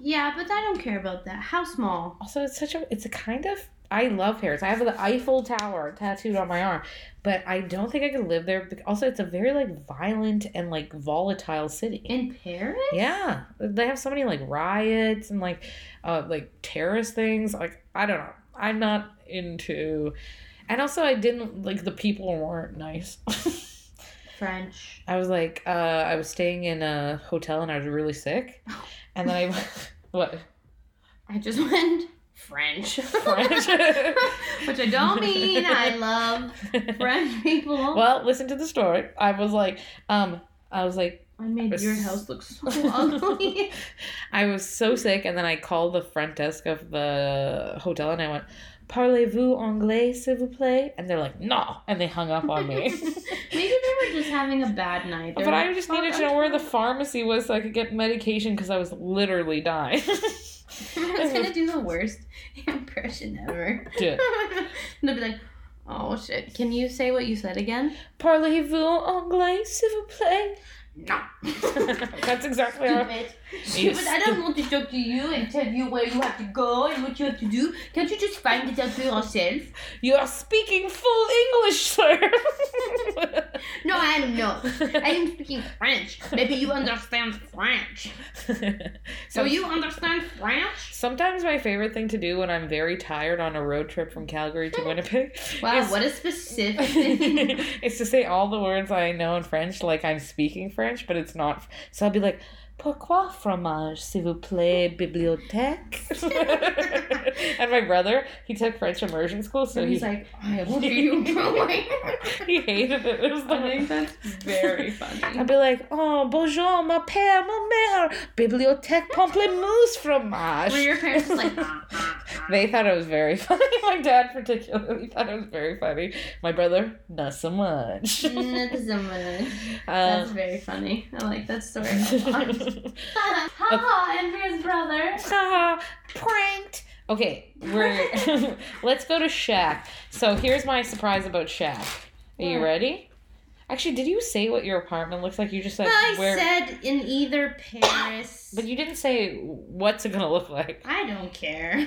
B: Yeah, but I don't care about that. How small?
A: Also, it's such a. It's a kind of. I love Paris. I have the Eiffel Tower tattooed on my arm, but I don't think I could live there. bec- Also, it's a very like violent and like volatile city.
B: In Paris?
A: Yeah, they have so many like riots and like, uh, like terrorist things. Like I don't know. I'm not into, and also I didn't like the people weren't nice.
B: French.
A: I was like, uh, I was staying in a hotel and I was really sick, and then I, what
B: I just went French.
A: French?
B: Which I don't mean. I love French people.
A: well, listen to the story. I was like, um, I was like,
B: I made your house look so ugly.
A: I was so sick, and then I called the front desk of the hotel and I went, Parlez-vous anglais, s'il vous plaît? And they're like, no. And they hung up on me.
B: Maybe they were just having a bad night. They're
A: but I
B: like,
A: just
B: "Oh,
A: needed to know where the pharmacy was so I could get medication because I was literally dying.
B: I was gonna do the worst impression ever.
A: Do
B: and
A: it.
B: they'll be like, "Oh shit! Can you say what you said again?"
A: Parlez-vous anglais, s'il vous plaît?
B: No.
A: That's exactly how
B: Stupid. Stupid. I don't want to talk to you and tell you where you have to go and what you have to do. Can't you just find it out for yourself?
A: You are speaking full English, sir.
B: No, I don't know. I am speaking French. Maybe you understand French. So you understand French?
A: Sometimes my favorite thing to do when I'm very tired on a road trip from Calgary to Winnipeg
B: Wow,
A: is,
B: what a specific thing.
A: is to say all the words I know in French like I'm speaking French, but it's not. So I'll be like, Pourquoi fromage, s'il vous plaît, bibliothèque? and my brother, he took French immersion school, so
B: and
A: he,
B: he's like, I will be you going.
A: he hated it. It was the
B: I think that's very funny.
A: I'd be like, oh, bonjour, ma père, ma mère, bibliothèque pamplemousse fromage.
B: Were your parents just like, "Ah, ah, ah."
A: They thought it was very funny. My dad particularly thought it was very funny. My brother, not so much.
B: Not so much. Mm, That's
A: Uh,
B: very funny. I like that story. a lot.
A: Um,
B: Haha, and his brother.
A: haha, pranked. Okay, we're let's go to Shaq. So here's my surprise about Shaq. Are you
B: What?
A: ready? Actually, did you say what your apartment looks like? You just said
B: I
A: where,
B: said in either Paris.
A: but you didn't say what's it gonna look like.
B: I don't care.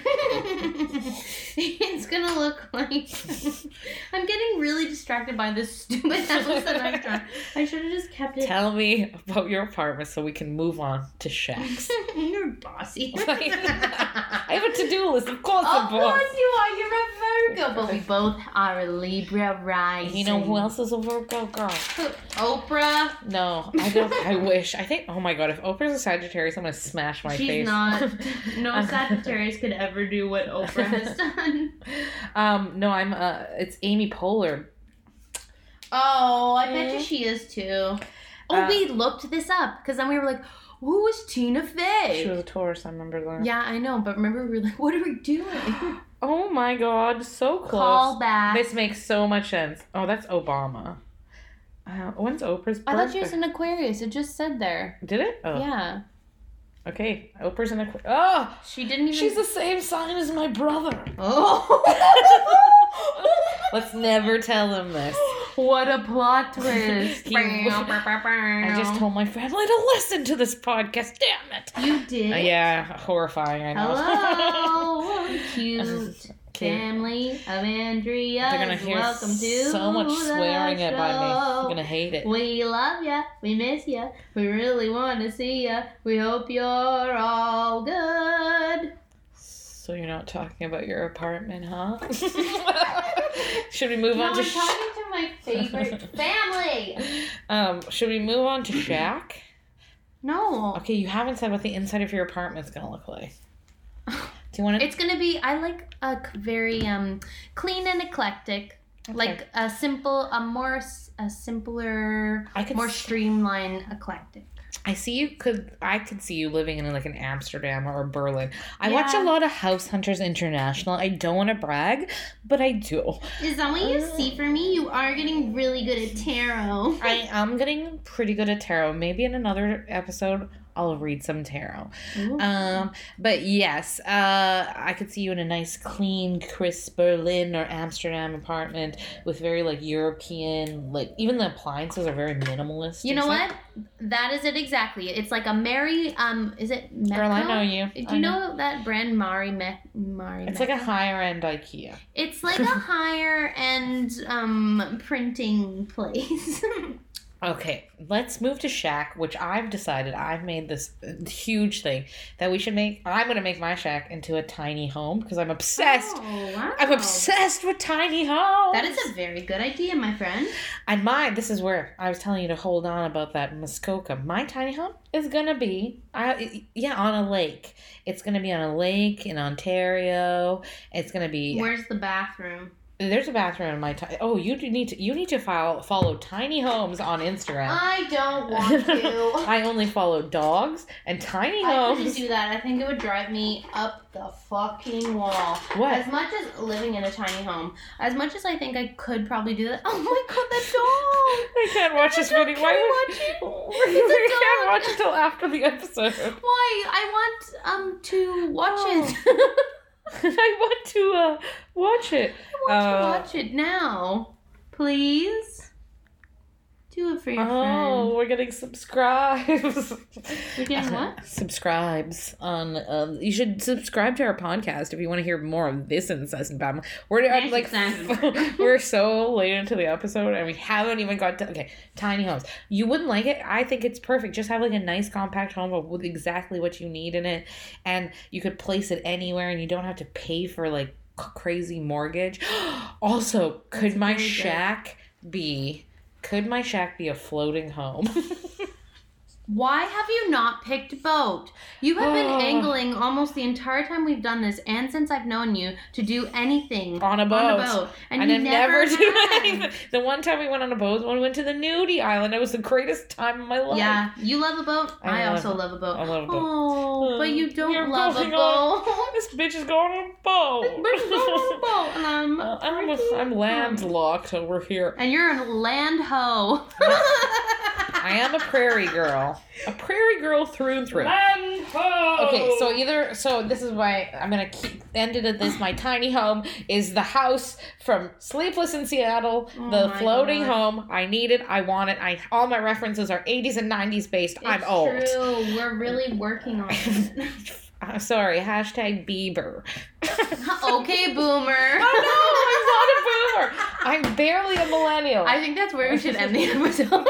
B: it's gonna look like I'm getting really distracted by this stupid house that I'm trying. I should have just kept it.
A: Tell me about your apartment so we can move on to Shaq's.
B: You're bossy. of course
A: Like,
B: you
A: I have a to-do list. Of course, I'm bored.
B: are. You're a Virgo, but we both are Libra rising.
A: You know who else is a Virgo girl?
B: Oprah.
A: No, I don't. I wish. I think. Oh my god, if Oprah's a Sagittarius, I'm gonna smash my
B: She's
A: face.
B: not. No Sagittarius could ever do what Oprah has done.
A: um, no, I'm. Uh, it's Amy Poehler.
B: Oh, I bet you she is too. Oh,
A: Uh,
B: we looked this up because then we were like, who is Tina Fey?
A: She was a Taurus. I remember that.
B: Yeah, I know, but remember we were like, what are we doing?
A: Oh my god, so close.
B: Call back.
A: This makes so much sense. Oh, that's Obama. Uh, when's Oprah's birthday?
B: I thought she was an Aquarius. It just said there.
A: Did it? Oh,
B: Yeah.
A: Okay, Oprah's in the. Oh,
B: She didn't even.
A: she's the same sign as my brother.
B: oh.
A: Let's never tell him this.
B: what a plot twist.
A: He- I just told my family to listen to this podcast. Damn it.
B: you did.
A: Uh, yeah, horrifying. I know.
B: Hello,
A: This
B: cute
A: Okay.
B: family of Andrea.
A: They're gonna hear
B: Welcome to
A: so much
B: the
A: swearing at by me.
B: show.
A: They're gonna hate it.
B: We love ya. We miss ya. We really want to see ya. We hope you're all good.
A: So you're not talking about your apartment, huh? should we move
B: No,
A: on to
B: I'm
A: sh-
B: talking to my favorite family.
A: um? Should we move on to Shaq?
B: No,
A: Okay, you haven't said what the inside of your apartment's gonna look like. Do you want to?
B: it's gonna be. I like a c- very um clean and eclectic, like a simple, a more s- a simpler,
A: I could.
B: more
A: s-
B: streamlined eclectic.
A: I see you could. I could see you living in like an Amsterdam or Berlin. I watch a
B: Yeah.
A: lot of House Hunters International. I don't want to brag, but I do.
B: Is that what you see for me? You are getting really good at tarot.
A: I am getting pretty good at tarot. Maybe in another episode, I'll read some tarot. Um, but yes, uh, I could see you in a nice, clean, crisp Berlin or Amsterdam apartment with very like European, like even the appliances are very minimalist.
B: you
A: and
B: know
A: stuff.
B: what? That is it exactly. It's like a Mary. Um, is it? Mecco?
A: Girl, I know you.
B: Do
A: I
B: you know that brand Mari Mec Mari?
A: It's
B: Mec-
A: like a higher end IKEA.
B: it's like a higher end um printing place.
A: Okay, let's move to Shack, which I've decided I've made this uh, huge thing that we should make. I'm gonna make my Shack into a tiny home because I'm obsessed.
B: Oh, wow.
A: I'm obsessed with tiny homes.
B: That is a very good idea, my friend.
A: And mine, this is where I was telling you to hold on about that Muskoka. My tiny home is gonna be, I, yeah, on a lake. It's gonna be on a lake in Ontario. It's gonna be.
B: Where's the bathroom?
A: There's a bathroom in my tiny. Oh, you do need to. You need to file, follow tiny homes on Instagram.
B: I don't want to.
A: I only follow dogs and tiny
B: Oh. I couldn't
A: homes.
B: do that. I think it would drive me up the fucking wall. As
A: What?
B: much as living in a tiny home, as much as I think I could probably do that. Oh my god, that dog!
A: I can't watch this video. Why
B: Watch it.
A: would
B: It's
A: we
B: a
A: can't
B: dog.
A: watch it till after the episode?
B: Why? I want um to watch it.
A: I want to uh, watch it.
B: I want
A: Uh,
B: to watch it now, please. Do it for your
A: Oh,
B: friend.
A: we're getting subscribes.
B: We're getting what?
A: Subscribes on. Um, you should subscribe to our podcast if you want to hear more of this incessant babble. We're I'm
B: Yes,
A: like,
B: exactly.
A: we're so late into the episode and we haven't even got to. Okay, tiny homes. You wouldn't like it. I think it's perfect. Just have like a nice compact home of- with exactly what you need in it, and you could place it anywhere, and you don't have to pay for like c- crazy mortgage. also, could
B: That's
A: my
B: very good.
A: shack be? Could my shack be a floating home?
B: Why have you not picked boat? You have been
A: Oh.
B: angling almost the entire time we've done this, and since I've known you, to do anything
A: on a boat.
B: on a boat, and,
A: And,
B: you
A: I
B: never,
A: never, do
B: have.
A: anything. The one time we went on a boat, when we went to the nudie island, it was the greatest time of my life.
B: Yeah, you love a boat.
A: I
B: I,
A: love-
B: also love a boat.
A: I love a boat.
B: Oh, but you don't
A: Hmm. You're
B: love a
A: going
B: boat.
A: This bitch is going on a boat.
B: We're going on a boat, and I'm,
A: Uh, I'm,
B: freaking
A: I'm
B: dumb.
A: landlocked over here.
B: And you're a land hoe.
A: I am a prairie girl. A prairie girl through and through. Okay,
B: Oh.
A: so either so this is why I'm gonna keep end it at this. My tiny home is the house from Sleepless in Seattle,
B: Oh
A: the
B: my
A: floating
B: God.
A: home. I need it, I want it. I all my references are 80s and 90s based. I'm
B: It's
A: old.
B: True. We're really working on it.
A: I'm Uh, sorry. Hashtag Bieber.
B: okay, boomer.
A: Oh no, I'm not a boomer. I'm barely a millennial.
B: I think that's where we should end the episode.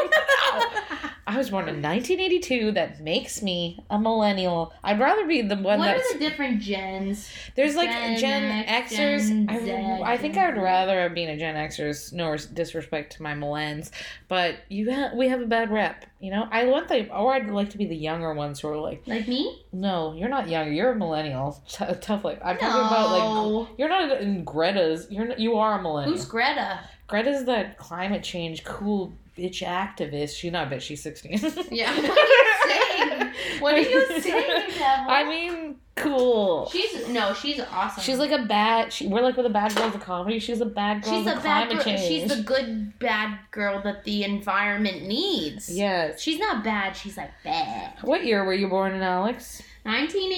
A: I was born in 1982. That makes me a millennial. I'd rather be the one
B: what
A: that's
B: are the different gens?
A: There's like Gen,
B: Gen X,
A: Xers.
B: Gen
A: I,
B: Z,
A: I think
B: Gen
A: I would
B: Y.
A: rather have been a Gen Xers. No res- disrespect to my millennials, but you ha- we have a bad rep. You know, I want the or I'd like to be the younger ones who are like,
B: Like me?
A: no, you're not young. You're a millennial. T- tough life. I'm
B: no.
A: talking about like. You're not in Greta's. You're not, you are a millennial.
B: Who's Greta?
A: Greta's that climate change cool bitch activist. She's not a bitch. She's sixteen.
B: Yeah. What are you saying? What are you saying, Devil?
A: I mean, cool.
B: She's no, she's awesome.
A: She's like a bad. She, we're like with the bad girls of comedy. She's a bad girl.
B: she's
A: of
B: a bad
A: climate
B: girl.
A: Change.
B: She's the good bad girl that the environment needs.
A: yes.
B: She's not bad. She's like bad.
A: What year were you born in, Alex?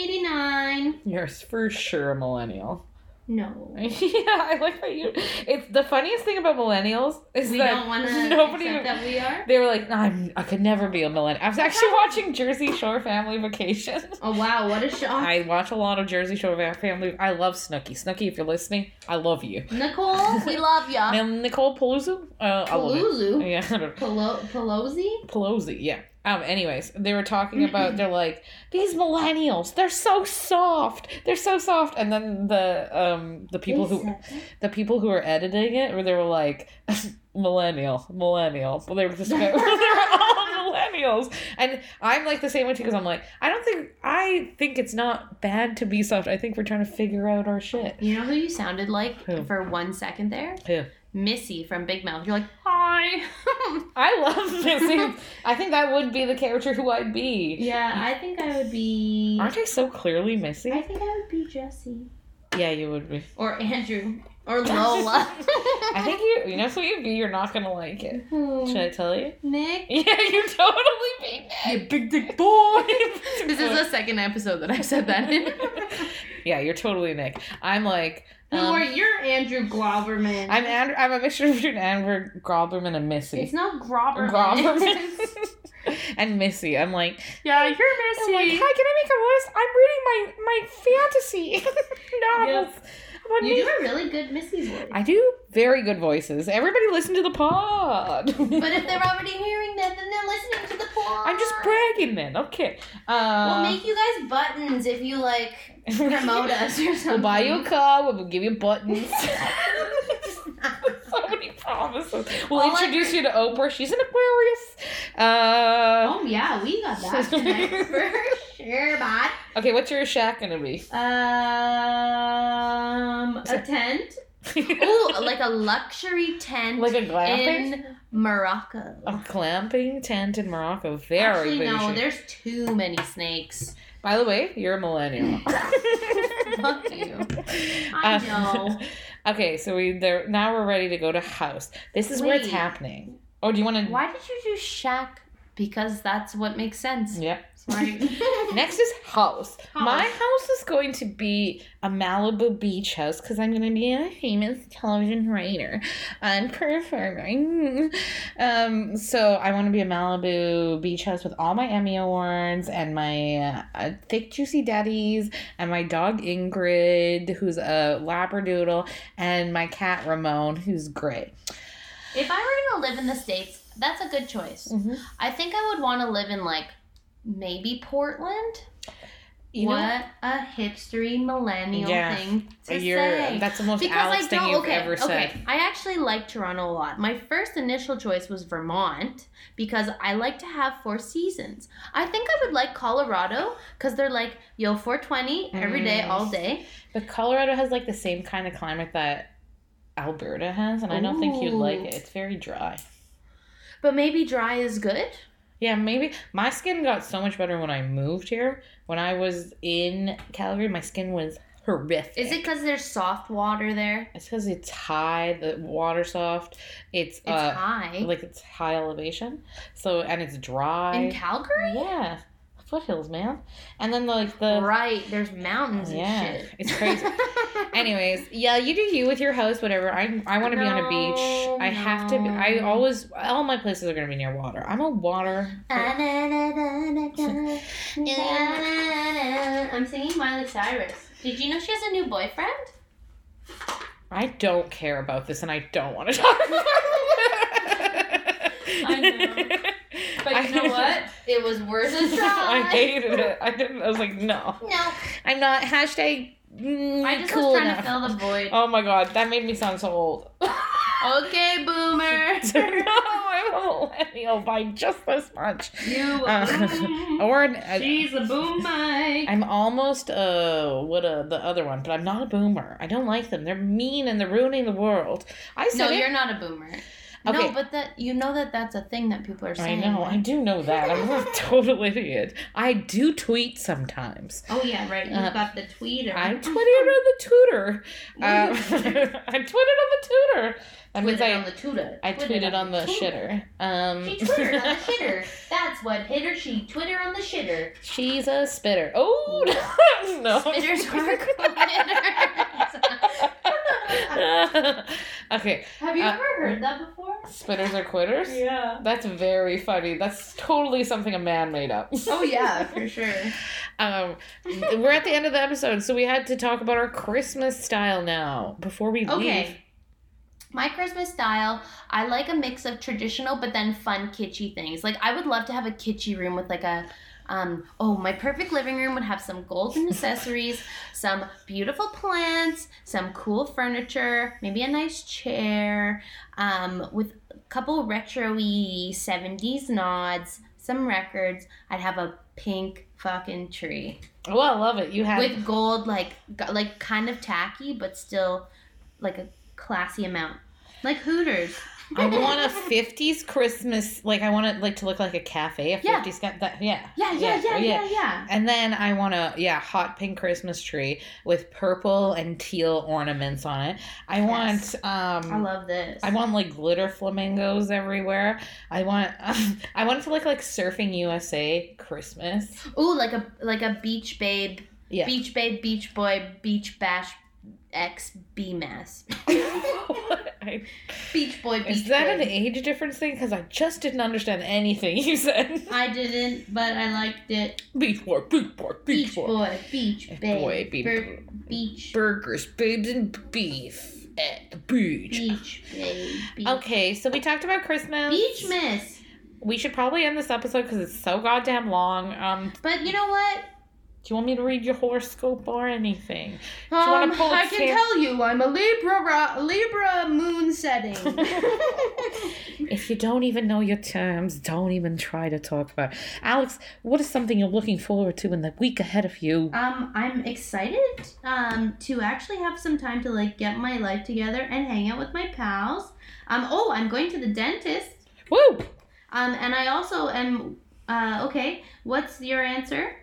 B: 1989.
A: You're for sure a millennial.
B: No.
A: yeah, I like that you. It's the funniest thing about millennials is
B: we
A: that
B: don't want to
A: nobody.
B: accept that we are.
A: They were like, "Nah, I'm, I could never be a millennial. I was actually watching Jersey Shore Family Vacation.
B: Oh wow, what a shock.
A: I watch a lot of Jersey Shore Fa- Family. I love Snooki. Snooki, if you're listening, I love you.
B: Nicole, we love ya.
A: And Nicole Paluzzo? Uh, I love it.
B: Palulu.
A: Yeah, I don't-
B: Pelo- Pelosi?
A: Pelosi, yeah. Um, anyways, they were talking about they're like, these millennials, they're so soft. They're so soft. And then the um the people
B: They
A: who
B: said that.
A: the people who were editing it where they were like millennial millennial well they were just they're all millennials and i'm like the same way too because i'm like i don't think i think it's not bad to be soft i think we're trying to figure out our shit
B: You know who you sounded like
A: Who?
B: for one second there?
A: Who?
B: Missy from Big Mouth. You're like, hi.
A: i love missy i think that would be the character who i'd be
B: yeah, I think I would be.
A: aren't i so clearly missy
B: I think I would be Jesse.
A: yeah you would be
B: Or Andrew. Or Lola.
A: i think you you know who you'd be you're not gonna like it
B: Who?
A: should i tell you
B: Hmm. Nick?
A: yeah you totally be you big dick boy
B: This is the second episode that I've said that in.
A: yeah, you're totally Nick. I'm like,
B: Who
A: um,
B: are you? Andrew Glauberman.
A: I'm Andrew, I'm a mixture between Andrew Groberman and
B: It's
A: Missy.
B: not Grauberman.
A: Groberman and Missy. I'm like,
B: yeah, you're
A: I'm like,
B: Missy.
A: hi, can I make a list? I'm reading my my fantasy novels. about
B: you do
A: Nick."
B: a really good Missy voice.
A: I do very good voices. Everybody listen to the pod.
B: but if they're already hearing that, then they're listening to the pod.
A: I'm just bragging then. Okay. Uh,
B: We'll make you guys buttons if you like promote us or something.
A: We'll buy you a car. We'll give you buttons. so many promises. We'll
B: All I-
A: introduce you to Oprah. She's an Aquarius. Uh,
B: Oh yeah, we got that tonight for sure, bot.
A: Okay, what's your shack gonna be?
B: Um, a tent. Ooh, like a luxury tent
A: like a glamping?
B: in Morocco.
A: A glamping tent in Morocco. Very
B: Actually,
A: bougie.
B: no, there's too many snakes.
A: By the way, you're a millennial.
B: Fuck you. I
A: Uh,
B: know.
A: okay, so we there now we're ready to go to house. This is where it's
B: Wait.
A: happening. Oh, do you want to?
B: Why did you do shack? Because that's what makes sense.
A: Yep.
B: Right.
A: Next is house. My
B: House.
A: house is going to be a Malibu beach house because I'm going to be a famous television writer and performer. Um, so I want to be a Malibu beach house with all my Emmy awards and my uh, thick juicy daddies and my dog Ingrid, who's a labradoodle, and my cat Ramon, who's gray.
B: If I were gonna live in the states, that's a good choice.
A: Mhm.
B: I think I would want to live in like maybe Portland.
A: You
B: what
A: know,
B: a hipstery millennial
A: Yeah.
B: thing to
A: you're,
B: say.
A: that's the most
B: because
A: Alex
B: I
A: thing
B: don't.
A: you've
B: okay,
A: ever said.
B: okay. I actually like Toronto a lot. My first initial choice was Vermont because I like to have four seasons. I think I would like Colorado because they're like yo 420 every day,
A: Mm.
B: all day.
A: But Colorado has like the same kind of climate that Alberta has, and I don't think you'd like it. It's very dry.
B: But maybe dry is good.
A: Yeah, maybe my skin got so much better when I moved here. When I was in Calgary, my skin was horrific.
B: Is it because there's soft water there?
A: It's because it's high, the water soft. It's,
B: It's
A: uh,
B: high.
A: like it's high elevation. So and it's dry.
B: in Calgary?
A: yeah, foothills, man. And then like the
B: right, there's mountains and
A: Uh, Yeah,
B: shit.
A: it's crazy. Anyways, yeah, you do you with your house, whatever. I I want to be on a
B: No,
A: beach. I have to. Be, I
B: no.
A: always all my places are gonna be near water. I'm a water.
B: I'm singing Miley Cyrus. Did you know she has a new boyfriend?
A: I don't care about this, and I don't want to talk. about it.
B: I know. But you know what? It was worth a try.
A: I hated it. I didn't. I was like, no,
B: No,
A: I'm not. Hashtag. mm,
B: I just
A: cool
B: was trying
A: enough.
B: to fill the void.
A: Oh my god, that made me sound so old. Oh.
B: Okay,
A: no,
B: boomer.
A: I'm a millennial by just this much.
B: you
A: Uh, Or an,
B: She's a boomer.
A: I'm almost uh what a the other one, but I'm not a boomer. I don't like them. They're mean and they're ruining the world. I
B: No,
A: said it.
B: you're not a boomer.
A: Okay.
B: No, but that you know that that's a thing that people are
A: I
B: saying.
A: know. I
B: right?
A: do know that. I'm a total idiot. I do tweet sometimes.
B: Oh yeah, right. You've
A: Uh,
B: got the tweeter.
A: I tweeted on the tutor. Uh, I tweeted on the tutor. That means
B: tweeted on
A: I,
B: the tutor.
A: I tweeted on the
B: tutor.
A: shitter. Um,
B: She twittered on the shitter. That's what hit her. She twittered on the shitter.
A: She's a spitter. Oh no!
B: Spitters are quitters.
A: okay,
B: Have you
A: Uh,
B: ever heard that before?
A: spitters are quitters.
B: Yeah.
A: That's very funny. That's totally something a man made up.
B: Oh yeah, for sure.
A: Um, we're at the end of the episode, so we had to talk about our Christmas style now before we leave.
B: Okay. My Christmas style, I like a mix of traditional but then fun kitschy things. Like I would love to have a kitschy room with like a um oh, my perfect living room would have some golden accessories, some beautiful plants, some cool furniture, maybe a nice chair, um with a couple retro-y 70s nods, some records. I'd have a pink fucking tree
A: Oh, I love it. You had
B: with gold like g- like kind of tacky but still like a classy amount like hooters
A: I want a '50s Christmas. Like I want it like to look like a cafe. A '50s
B: Yeah.
A: ca- that, yeah.
B: yeah yeah yeah yeah yeah,
A: And then I want a yeah hot pink Christmas tree with purple and teal ornaments on it. I
B: Yes.
A: want um
B: i love this
A: I want like glitter flamingos everywhere. I want I want it to look like surfing USA Christmas.
B: ooh like a like a beach babe
A: Yeah.
B: beach babe beach boy beach bash X B mess. Beach boy, beach
A: Is that an
B: boy.
A: age difference thing? Because I just didn't understand anything you said.
B: I didn't, but I liked it.
A: Beach boy, beach boy,
B: Beach,
A: beach
B: boy.
A: boy.
B: beach
A: Beach
B: babe,
A: boy, beach
B: bir-
A: boy.
B: beach,
A: Burgers, babes, and beef at the beach.
B: beach babe, beach,
A: Okay, so we talked about Christmas.
B: beach miss.
A: We should probably end this episode because it's so goddamn long. Um,
B: But you know what?
A: do you want me to read your horoscope or anything?
B: Um,
A: you wanna pull a
B: I can
A: cam-
B: tell you, I'm a Libra, ra- Libra moon setting.
A: If you don't even know your terms, don't even try to talk about. It. Alex, what is something you're looking forward to in the week ahead of you?
B: um, I'm excited um, to actually have some time to like get my life together and hang out with my pals. Um, oh, I'm going to the dentist.
A: Woo!
B: Um, and I also am. Uh, okay, what's your answer?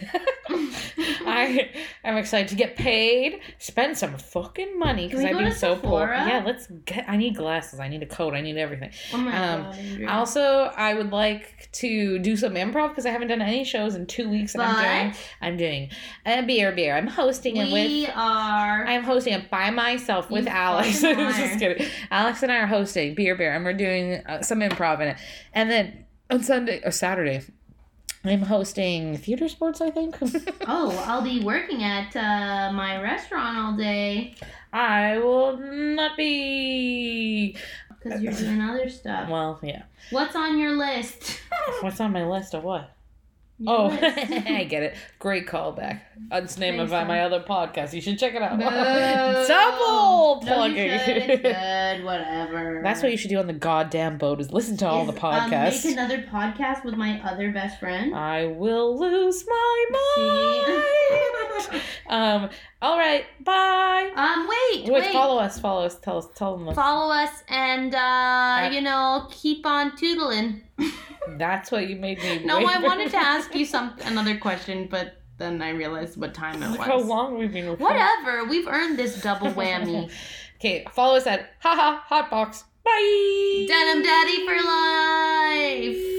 A: I I'm excited to get paid, spend some fucking money because
B: Can we
A: I've
B: go
A: been
B: to
A: so poor.
B: Sephora?
A: Yeah, let's get. I need glasses. I need a coat. I need everything.
B: Oh my
A: Um,
B: god, Andrea.
A: Also, I would like to do some improv because I haven't done any shows in two weeks, and I'm doing I'm doing a beer beer. I'm hosting it with
B: we are.
A: I'm hosting it by myself with
B: You
A: Alex.
B: fucking are.
A: Just kidding. Alex and I are hosting Beer Bear, and we're doing uh, some improv in it. And then on Sunday or Saturday, I'm hosting theater sports. I think
B: oh, I'll be working at uh, my restaurant all day
A: I will not be.
B: because you're doing other stuff.
A: Well, yeah.
B: What's on your list?
A: What's on my list of what?
B: Your
A: Oh,
B: list.
A: I get it. Great callback. It's named
B: Thanks,
A: by
B: son.
A: my other podcast. You should check it out.
B: No.
A: Double
B: No, you
A: plugging.
B: should. It's good. Whatever.
A: That's what you should do on the goddamn boat. Is listen to all
B: Is,
A: the
B: um,
A: podcasts. Uh,
B: make another podcast with my other best friend.
A: I will lose my mind.
B: See?
A: um. All right. Bye.
B: um. Wait.
A: Wait,
B: wait.
A: Follow us. Follow us. Tell us. Tell them.
B: Follow us and uh, you know keep on tootling.
A: That's what you made me.
B: No,
A: wait.
B: I wanted to ask you some another question, but then I realized what time it
A: Look how
B: was.
A: long we've been. recording.
B: Whatever. We've earned this double whammy.
A: Okay. Follow us at haha hotbox. Bye.
B: Denim Daddy for life.